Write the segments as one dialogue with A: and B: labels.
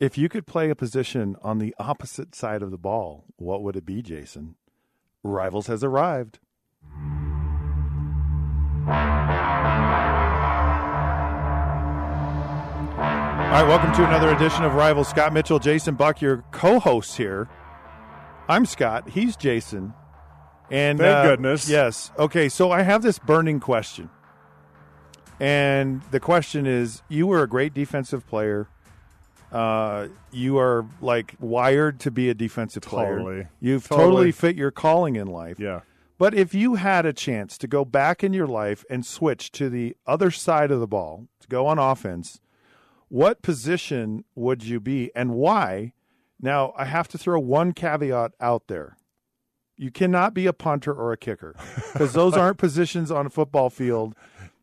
A: If you could play a position on the opposite side of the ball, what would it be, Jason? Rivals has arrived. All right, welcome to another edition of Rivals. Scott Mitchell, Jason Buck, your co-hosts here. I'm Scott. He's Jason. And uh,
B: Thank goodness.
A: Yes. Okay. So I have this burning question, and the question is: You were a great defensive player. Uh, you are like wired to be a defensive player.
B: Totally.
A: You've totally.
B: Totally.
A: fit your calling in life.
B: Yeah.
A: But if you had a chance to go back in your life and switch to the other side of the ball to go on offense, what position would you be and why? Now, I have to throw one caveat out there. You cannot be a punter or a kicker because those aren't positions on a football field.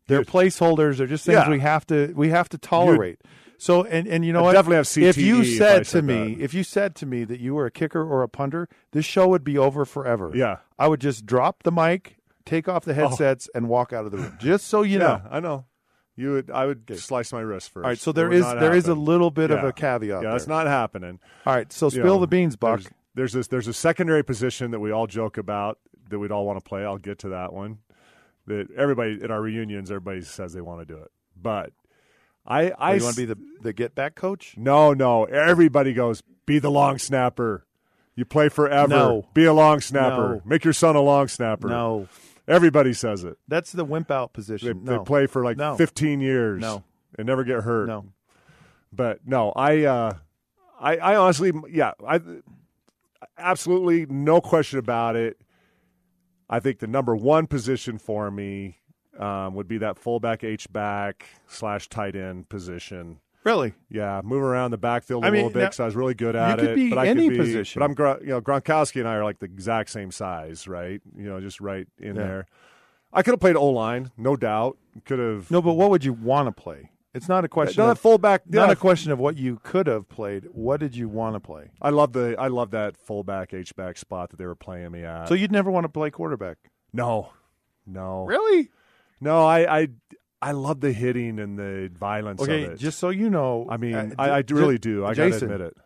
A: They're placeholders. They're just things
B: Yeah.
A: we have to we have to tolerate. so and, and you know
B: I'd
A: what?
B: definitely have CTE
A: if
B: if
A: you
B: I
A: said to
B: said
A: me,
B: that.
A: if you said to me that you were a kicker or a punter, this show would be over forever.
B: Yeah. Oh.
A: I would just drop the mic, take off the headsets, and walk out of the room. Just so you know.
B: yeah, I know. You would. I would slice my wrist first.
A: All right, so
B: It
A: there
B: would
A: is-
B: not
A: there is a
B: happen.
A: little bit of
B: Yeah.
A: a caveat
B: Yeah, it's
A: there.
B: not happening.
A: All right, so
B: You
A: spill
B: know,
A: the beans, Buck.
B: There's, there's this. There's a secondary position that we all joke about that we'd all want to play. I'll get to that one. That everybody at our reunions, everybody says they want to do it, but I, I
A: Oh, you want to be the, the get back coach?
B: No, no. Everybody goes, be the long snapper. You play forever.
A: No.
B: Be a long snapper.
A: No.
B: Make your son a long snapper.
A: No.
B: Everybody says it.
A: That's the wimp out
B: They,
A: position.
B: they
A: no.
B: play for like
A: No.
B: 15 years
A: No.
B: and never get hurt.
A: No.
B: But no, I, uh, I, I honestly, yeah, I absolutely no question about it. I think the number one position for me um, would be that fullback, H back slash tight end position.
A: Really?
B: Yeah, move around the backfield a
A: I mean,
B: little bit
A: now-
B: because I was really good
A: you
B: at
A: could
B: it.
A: be
B: but I
A: any
B: could be,
A: position.
B: But I'm, Gro- you know, Gronkowski and I are like the exact same size, right? You know, just right in
A: Yeah.
B: there. I could have played O line, no doubt. Could have.
A: No, but what would you want to play? It's not a question.
B: No, that
A: of,
B: fullback.
A: Not
B: yeah,
A: a question of what you could have played. What did you want to play?
B: I love the. I love that fullback H back spot that they were playing me at.
A: So you'd never want to play quarterback.
B: no, no,
A: Really?
B: no. I, I, I love the hitting and the violence.
A: Okay,
B: of it.
A: just so you know,
B: I mean,
A: uh,
B: I, I
A: j-
B: really
A: j-
B: do. I
A: Jason,
B: gotta admit it.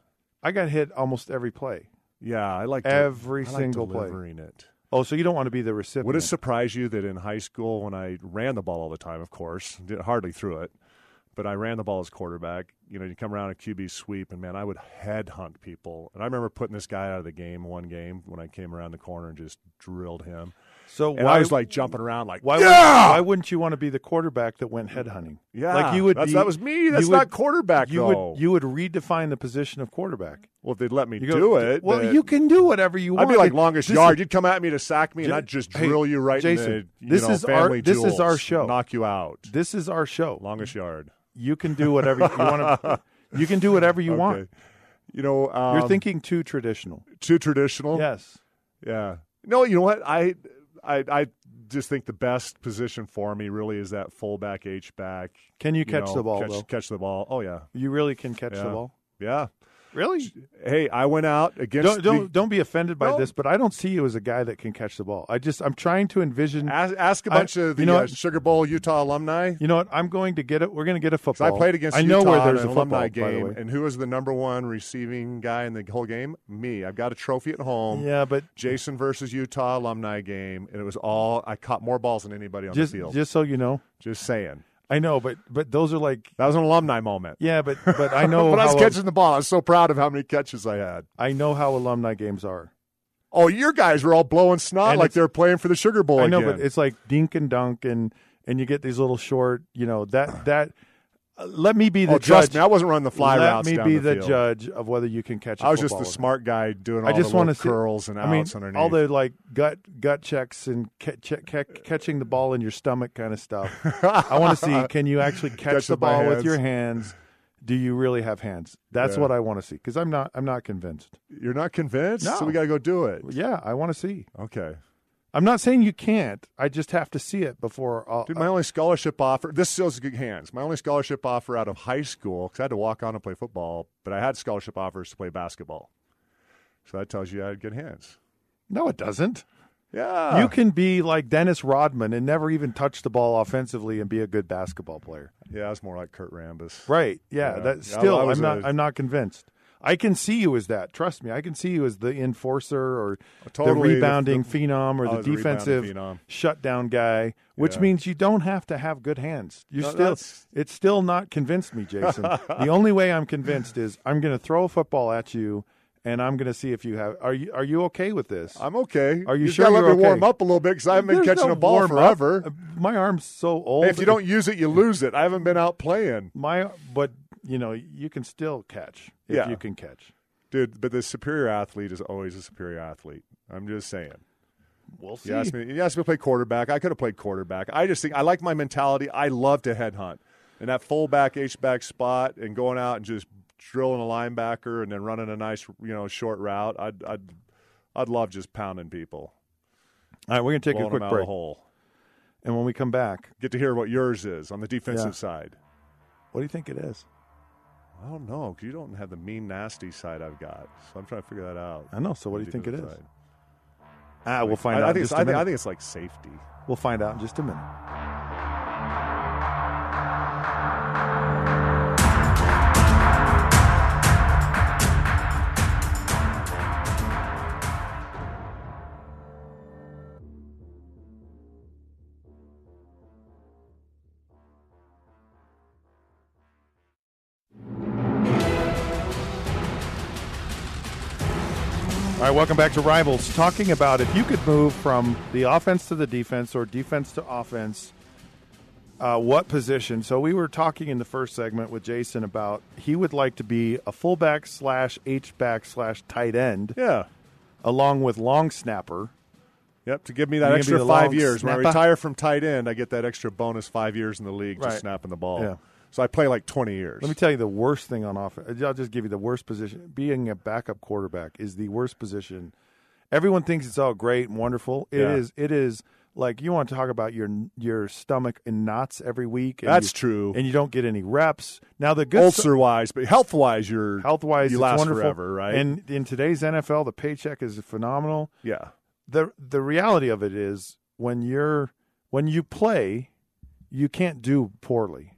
A: I got hit almost every play.
B: Yeah, I like
A: Every
B: I like
A: single play.
B: delivering it.
A: Oh, so you don't want to be the recipient?
B: Would it surprise you that in high school, when I ran the ball all the time, of course, did- hardly threw it, but I ran the ball as quarterback. You know, you come around a QB sweep, and man, I would headhunt people. And I remember putting this guy out of the game one game when I came around the corner and just drilled him.
A: So
B: And
A: why
B: I was like jumping around, like,
A: why?
B: yeah,
A: Wouldn't, why wouldn't you want to be the quarterback that went headhunting?
B: yeah.
A: like you would.
B: That's,
A: be-
B: that was me.
A: you
B: That's
A: would-
B: not quarterback
A: You
B: though.
A: would. You would redefine the position of quarterback.
B: well, if they'd let me
A: You go,
B: do it,
A: Well,
B: then
A: you can do whatever you
B: I'd
A: want.
B: be like longest
A: This is-
B: yard. You'd come at me to sack me, and
A: Ja-
B: I'd just
A: hey,
B: drill you right
A: Jason,
B: in the you
A: this
B: know,
A: is our-
B: family
A: this is our
B: jewels,
A: show.
B: knock you out.
A: This is our show.
B: Longest yard.
A: You can do whatever you want. To, you can do whatever you want.
B: Okay. You know, um,
A: You're thinking too traditional.
B: too traditional.
A: Yes.
B: Yeah. No, you know what? I, I, I just think the best position for me really is that fullback H back.
A: Can you catch the ball,
B: Catch,
A: though?
B: catch the ball. Oh yeah,
A: You really can catch the
B: Yeah.
A: ball.
B: yeah.
A: Really?
B: Hey, I went out against.
A: Don't don't don't be offended by
B: No.
A: this, but I don't see you as a guy that can catch the ball. I just I'm trying to envision.
B: the, ask, ask a
A: I-
B: bunch of the
A: you know
B: uh,
A: what?
B: Sugar Bowl Utah alumni.
A: You know what? I'm going to get it. We're going to get a
B: 'Cause
A: football.
B: I played against
A: I know
B: Utah
A: where there's
B: in
A: a
B: an
A: football
B: alumni
A: By the
B: game,
A: way.
B: and who was the number one receiving guy in the whole game? Me. I've got a trophy at home.
A: yeah, but
B: Jason versus Utah alumni game, and it was all I caught more balls than anybody on
A: just
B: the field.
A: just so you know,
B: Just saying.
A: I know, but but those are like
B: That was an alumni moment.
A: yeah, but but I know
B: when I was
A: how
B: catching the ball, I was so proud of how many catches I had.
A: I know how alumni games are.
B: Oh, your guys were all blowing snot
A: And
B: like
A: it's-
B: they're playing for the Sugar Bowl.
A: I know,
B: again.
A: but it's like dink and dunk, and and you get these little short, you know that that. uh, Let me be the
B: oh,
A: judge.
B: trust me, I wasn't running the fly
A: Let
B: routes
A: me
B: down
A: be
B: the,
A: the,
B: field.
A: judge of whether you can catch. I
B: I was just the smart guy doing all
A: I just
B: the
A: want to
B: little curls and outs
A: I mean,
B: underneath.
A: all the like gut gut checks and ca- che- ca- catching the ball in your stomach kind of stuff. I want to see can you actually catch,
B: Catch
A: the
B: with my
A: ball with
B: hands.
A: your hands? Do you really have hands? That's
B: Yeah.
A: what I want to see because I'm not I'm not convinced.
B: You're not convinced, so
A: No.
B: we got to go do it.
A: Yeah, I want to see.
B: Okay,
A: I'm not saying you can't. I just have to see it before. I'll,
B: dude. My only scholarship offer. This shows good hands. My only scholarship offer out of high school because I had to walk on to play football, but I had scholarship offers to play basketball. So that tells you I had good hands.
A: no, it doesn't.
B: Yeah,
A: You can be like Dennis Rodman and never even touch the ball offensensively and be a good basketball player.
B: Yeah, I was more like Kurt Rambis.
A: Right. Yeah.
B: Yeah.
A: That
B: Yeah, I-
A: still
B: I
A: I,
B: was
A: am not
B: a-
A: i I'm not convinced. I can see you as that. Trust me. I can see you as the enforcer or
B: Totally,
A: the
B: the-
A: rebounding
B: the-
A: phenom
B: I
A: or the
B: was a
A: defensive
B: rebounding phenom.
A: shutdown guy, which
B: Yeah.
A: means you don't have to have good hands. You're
B: No,
A: still
B: that's-
A: it's still not convinced me, Jason. the only way I'm convinced is I'm going to throw a football at you and I'm going to see if you have Are you are you okay with this?
B: I'm okay.
A: Are you
B: You've
A: sure
B: gotta let
A: you're
B: me warm
A: okay?
B: up a little bit because I haven't been
A: There's
B: catching
A: no
B: a ball
A: warm up.
B: forever.
A: My arm's so old.
B: Hey, if you don't use it, you lose it. I haven't been out playing,
A: my but you know, you can still catch if
B: Yeah.
A: you can catch.
B: dude. But the superior athlete is always a superior athlete. I'm just saying.
A: We'll see.
B: You asked me. You asked me to play quarterback. I could have played quarterback. I just think I like my mentality. I love to headhunt and that fullback H back spot and going out and just drilling a linebacker and then running a nice you know short route. I'd I'd I'd love just pounding people.
A: All right, we're going to take
B: blowing
A: a quick
B: them out Of
A: break.
B: the hole.
A: And when we come back,
B: Get to hear what yours is on the defensive
A: Yeah.
B: side.
A: what do you think it is?
B: I don't know because you don't have the mean nasty side I've got, so I'm trying to figure that out.
A: I know, so what do you think it
B: Defensive
A: is?
B: side.
A: Ah, we'll find
B: I,
A: out
B: I
A: in
B: think it's-
A: just a
B: I think,
A: minute.
B: I think it's like safety.
A: we'll find out in just a minute. All right, welcome back to Rivals. Talking about if you could move from the offense to the defense or defense to offense, uh, what position? So we were talking in the first segment with Jason about he would like to be a fullback slash H back slash tight end,
B: Yeah.
A: along with long snapper.
B: Yep, to give me that
A: You're gonna be
B: extra
A: the
B: five
A: long
B: years. When I
A: snapper?
B: retire from tight end, I get that extra bonus five years in the league
A: Right.
B: just snapping the ball.
A: Yeah.
B: So I play like 20 years.
A: Let me tell you the worst thing on offense. I'll just give you the worst position. Being a backup quarterback is the worst position. Everyone thinks it's all great and wonderful. It is.
B: Yeah.
A: It is like you want to talk about your your stomach in knots every week. and
B: That's
A: you-
B: true.
A: And you don't get any reps. Now the good
B: Ulcer wise, but health wise, you're
A: health wise,
B: you
A: it's
B: last
A: wonderful.
B: forever, right?
A: And in today's NFL, the paycheck is phenomenal.
B: yeah,
A: the The reality of it is when you're when you play, you can't do poorly.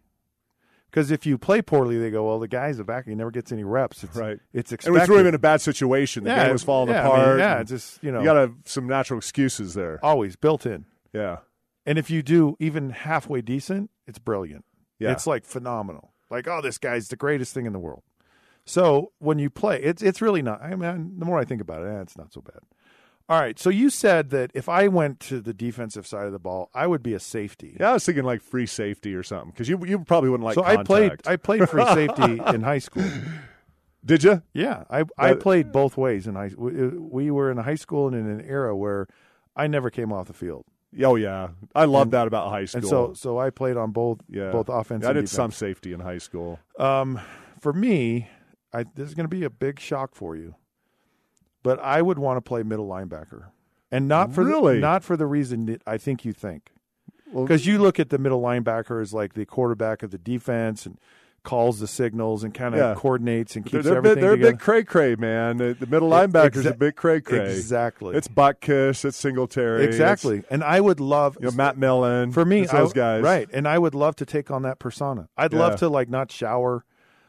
A: Because if you play poorly, they go, "Well, the guy's a back; he never gets any reps." It's,
B: Right.
A: It's
B: and
A: expected.
B: we threw him in a bad situation. The
A: Yeah,
B: game was falling
A: yeah, I mean,
B: apart.
A: yeah,
B: and
A: it's just, you know- Uh,
B: you got to some natural excuses there.
A: always built in.
B: Yeah,
A: And if you do even halfway decent, it's brilliant.
B: Yeah.
A: It's like phenomenal. Like, oh, this guy's the greatest thing in the world. So when you play, it's it's really not. I mean, the more I think about it, eh, it's not so bad. All right. So you said that if I went to the defensive side of the ball, I would be a safety.
B: yeah. I was thinking like free safety or something because you you probably wouldn't like.
A: so I played
B: contact.
A: I played free safety in high school.
B: did you?
A: Yeah, I I
B: But-
A: played both ways in high. We, we were in high school and in an era where I never came off the field,
B: Oh yeah, I love that about high school.
A: and so so I played on both
B: yeah,
A: both offense.
B: I
A: and
B: did
A: defense.
B: some safety in high school.
A: Um, for me, I, this is going to be a big shock for you, but I would want to play middle linebacker, and not for
B: Really?
A: the, not for the reason that I think you think,
B: Well-
A: because you look at the middle linebacker as like the quarterback of the defense and calls the signals and kind of
B: Yeah.
A: coordinates and
B: They're,
A: keeps
B: they're, a bit-
A: everything
B: they're a
A: together.
B: big cray cray, man. The, the middle
A: It-
B: linebacker's a
A: exa-
B: big cray cray.
A: Exactly.
B: It's Butkus. It's Singletary. it's,
A: exactly, and I would love
B: you know, Matt Millen.
A: for me
B: it's those
A: I-
B: guys.
A: right, and I would love to take on that persona. I'd
B: Yeah.
A: love to like not shower.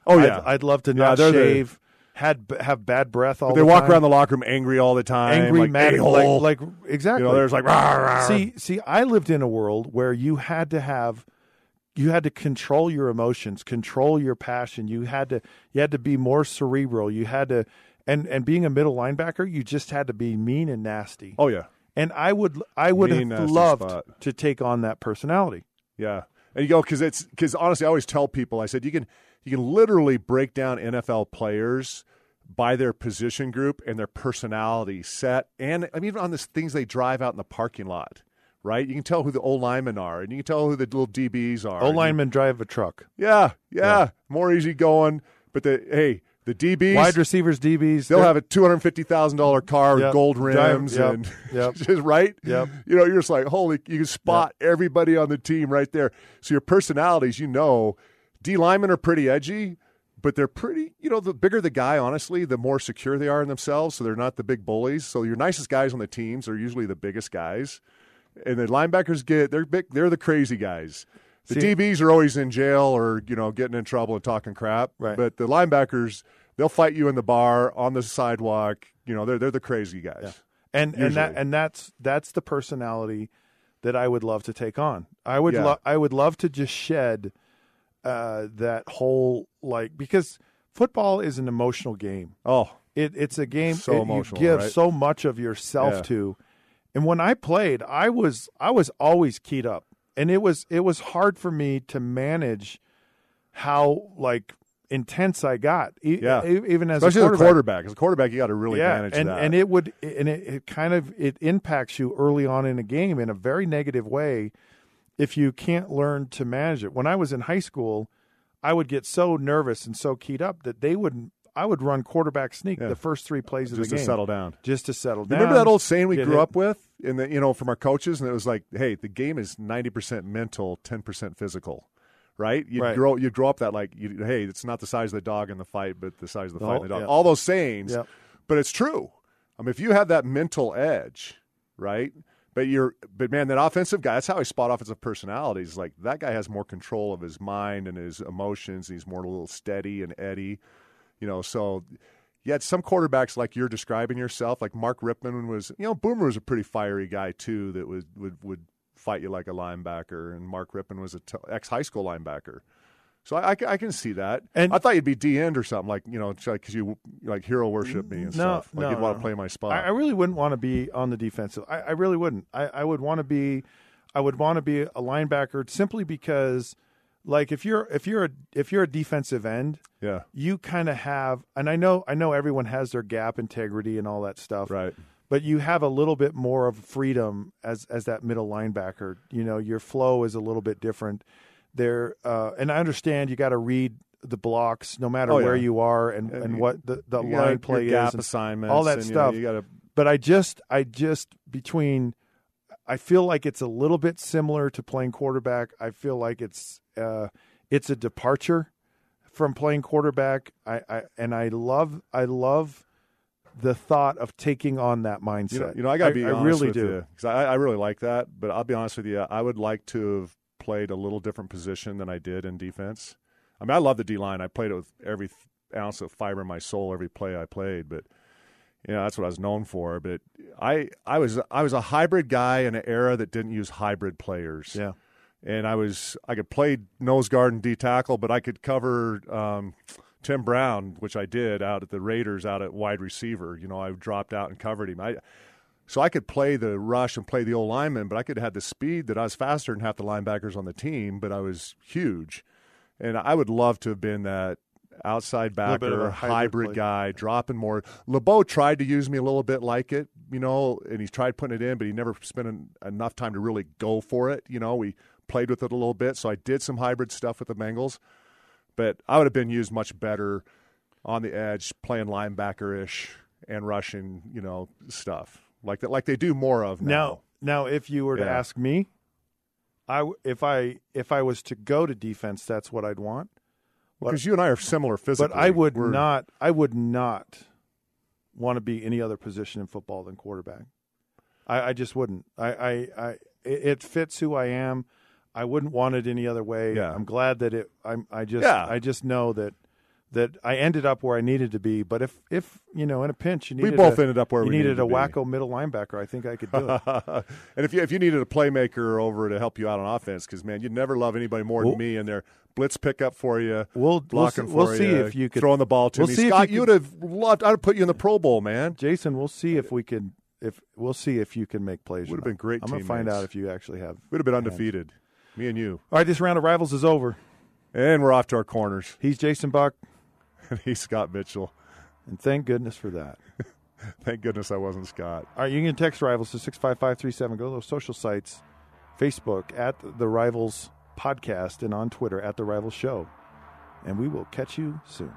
B: Oh, yeah.
A: I'd, I'd love to
B: Yeah,
A: not
B: they're the-
A: shave. Had have bad breath all
B: But they
A: the
B: walk
A: time.
B: around the locker room angry all the time.
A: angry,
B: like,
A: mad,
B: "A-hole."
A: like, like exactly.
B: you know, there's like, rah, rah, rah.
A: see, see, I lived in a world where you had to have, you had to control your emotions, control your passion. You had to you had to be more cerebral. You had to and and being a middle linebacker, you just had to be mean and nasty.
B: Oh yeah,
A: And I would I would
B: Mean,
A: have
B: nasty
A: loved
B: spot.
A: to take on that personality.
B: yeah. And you go because it's because honestly, I always tell people I said you can you can literally break down NFL players by their position group and their personality set, and I mean even on this things they drive out in the parking lot. Right, you can tell who the old linemen are, and you can tell who the little DBs are.
A: O
B: and you-
A: linemen drive a truck.
B: yeah, yeah, more easy going. But the hey, the DBs,
A: Wide receivers, DBs,
B: They'll
A: they're-
B: have a two hundred fifty thousand dollar car with
A: Yep.
B: gold
A: Diamond-
B: rims
A: yep.
B: and
A: Yep.
B: just right.
A: Yep.
B: You know, you're just like, holy! You can spot everybody on the team right there. So your personalities, you know, D linemen are pretty edgy, but they're pretty. You know, the bigger the guy, honestly, the more secure they are in themselves. So they're not the big bullies. So your nicest guys on the teams are usually the biggest guys, and the linebackers get they're big. They're the crazy guys. The
A: See-
B: DBs are always in jail or you know getting in trouble and talking crap.
A: Right.
B: But the linebackers, they'll fight you in the bar on the sidewalk. You know, they're they're the crazy guys.
A: and and that
B: Usually.
A: and that's that's the personality that I would love to take on. I would
B: Yeah.
A: love I would love to just shed uh, that whole like because football is an emotional game.
B: Oh,
A: It it's a game
B: So
A: that
B: emotional,
A: you give
B: right?
A: so much of yourself
B: Yeah.
A: to. And when I played, I was I was always keyed up, and it was it was hard for me to manage how like intense I got. E-
B: Yeah.
A: e- even as
B: especially
A: a
B: the quarterback. As a quarterback, you got to really manage
A: and,
B: that.
A: And it would and it, it kind of it impacts you early on in a game in a very negative way if you can't learn to manage it. When I was in high school, I would get so nervous and so keyed up that they would I would run quarterback sneak the first three plays of
B: Just
A: the
B: to
A: game.
B: settle down.
A: Just to settle
B: You
A: down.
B: remember that old saying we
A: Get
B: grew
A: hit.
B: up with, in the you know, from our coaches, and it was like, "Hey, the game is ninety percent mental, ten percent physical." Right? You
A: Right.
B: grow, you grow up that like, you, "Hey, it's not the size of the dog in the fight, but the size of the
A: The
B: fight in
A: whole-
B: the dog."
A: Oh, yeah.
B: All those sayings,
A: Yep.
B: but it's true. I mean, if you have that mental edge, right? But you're, but man, that offensive guy—that's how I spot offensive personalities. Like that guy has more control of his mind and his emotions. He's more a little steady and eddy, you know. So yet some quarterbacks like you're describing yourself, like Mark Ripman was, you know, Boomer was a pretty fiery guy too that would would would fight you like a linebacker, and Mark Ripman was a t- ex high school linebacker. So I, I ca- I can see that.
A: And-
B: I thought you'd be D end or something like you know because you like hero worship me and
A: No,
B: stuff. Like
A: no,
B: you'd want
A: no.
B: to play my spot.
A: I, I really wouldn't want to be on the defensive. I, I really wouldn't. I, I would want to be, I would want to be a linebacker simply because, like, if you're if you're a if you're a defensive end,
B: yeah,
A: you kind of have, and I know I know everyone has their gap integrity and all that stuff,
B: right.
A: But you have a little bit more of freedom as as that middle linebacker. You know, your flow is a little bit different there, uh, and I understand you got to read the blocks no matter
B: Oh,
A: where
B: yeah.
A: you are and,
B: And
A: and,
B: you-
A: what the, the
B: You gotta-
A: line play
B: your gap
A: is and
B: assignments,
A: all that
B: and, you know,
A: stuff.
B: You, got to
A: But I just, I just between, I feel like it's a little bit similar to playing quarterback. I feel like it's, uh, it's a departure from playing quarterback. I, I, and I love, I love the thought of taking on that mindset.
B: You know, you know, I got to be
A: I,
B: honest
A: really
B: with
A: do.
B: because I, I really like that. But I'll be honest with you, I would like to have played a little different position than I did in defense. I mean, I love the D line. I played it with every ounce of fiber in my soul every play I played. But you know, that's what I was known for. But I, I was, I was a hybrid guy in an era that didn't use hybrid players
A: Yeah.
B: and I was I could play nose guard and D tackle, but I could cover um, Tim Brown, which I did out at the Raiders, out at wide receiver. You know, I dropped out and covered him. I so I could play the rush and play the old lineman, but I could have had the speed that I was faster than half the linebackers on the team, but I was huge, and I would love to have been that. Outside
A: Little bit of
B: backer,
A: a hybrid
B: hybrid
A: play.
B: guy, dropping more. LeBeau tried to use me a little bit like it, you know, and he tried putting it in, but he never spent en- enough time to really go for it. You know, we played with it a little bit. So I did some hybrid stuff with the Bengals, but I would have been used much better on the edge, playing linebacker ish and rushing, you know, stuff like that, like they do more of now.
A: Now, now, if you were to
B: Yeah.
A: ask me, I, w- if I, if I was to go to defense, that's what I'd want.
B: Because you and I are similar physically.
A: But I would
B: We're-
A: not. I would not want to be any other position in football than quarterback. I, I just wouldn't. I, I, I, it it fits who I am. I wouldn't want it any other way.
B: Yeah.
A: I'm glad that it. I'm. I just.
B: Yeah.
A: I just know that that I ended up where I needed to be. But if if you know, in a pinch, you
B: We
A: needed
B: both
A: a-
B: ended up where
A: you
B: we needed
A: needed,
B: to
A: a
B: be.
A: wacko middle linebacker. I think I could do it.
B: and if you if you needed a playmaker over to help you out on offense, because man, you'd never love anybody more than
A: Well-
B: me in there. Blitz pickup for you,
A: We'll-
B: blocking
A: we'll
B: for
A: see- we'll
B: you,
A: see if you could-
B: throwing the ball to
A: we'll
B: me.
A: see if
B: Scott,
A: you
B: would
A: could-
B: have loved. I'd have put you in the Pro Bowl, man.
A: Jason, we'll see if we can if we'll see if you can make plays. or
B: Would've
A: not.
B: been great
A: I'm gonna find
B: teammates.
A: out if you actually have.
B: We'd have been undefeated, me and you.
A: All right, this round of rivals is over.
B: And we're off to our corners.
A: He's Jason Buck,
B: He's Scott Mitchell.
A: and thank goodness for that.
B: Thank goodness I wasn't Scott.
A: All right, you can text Rivals to 65537. Go to those social sites Facebook at The Rivals Podcast and on Twitter at The Rivals Show. And we will catch you soon.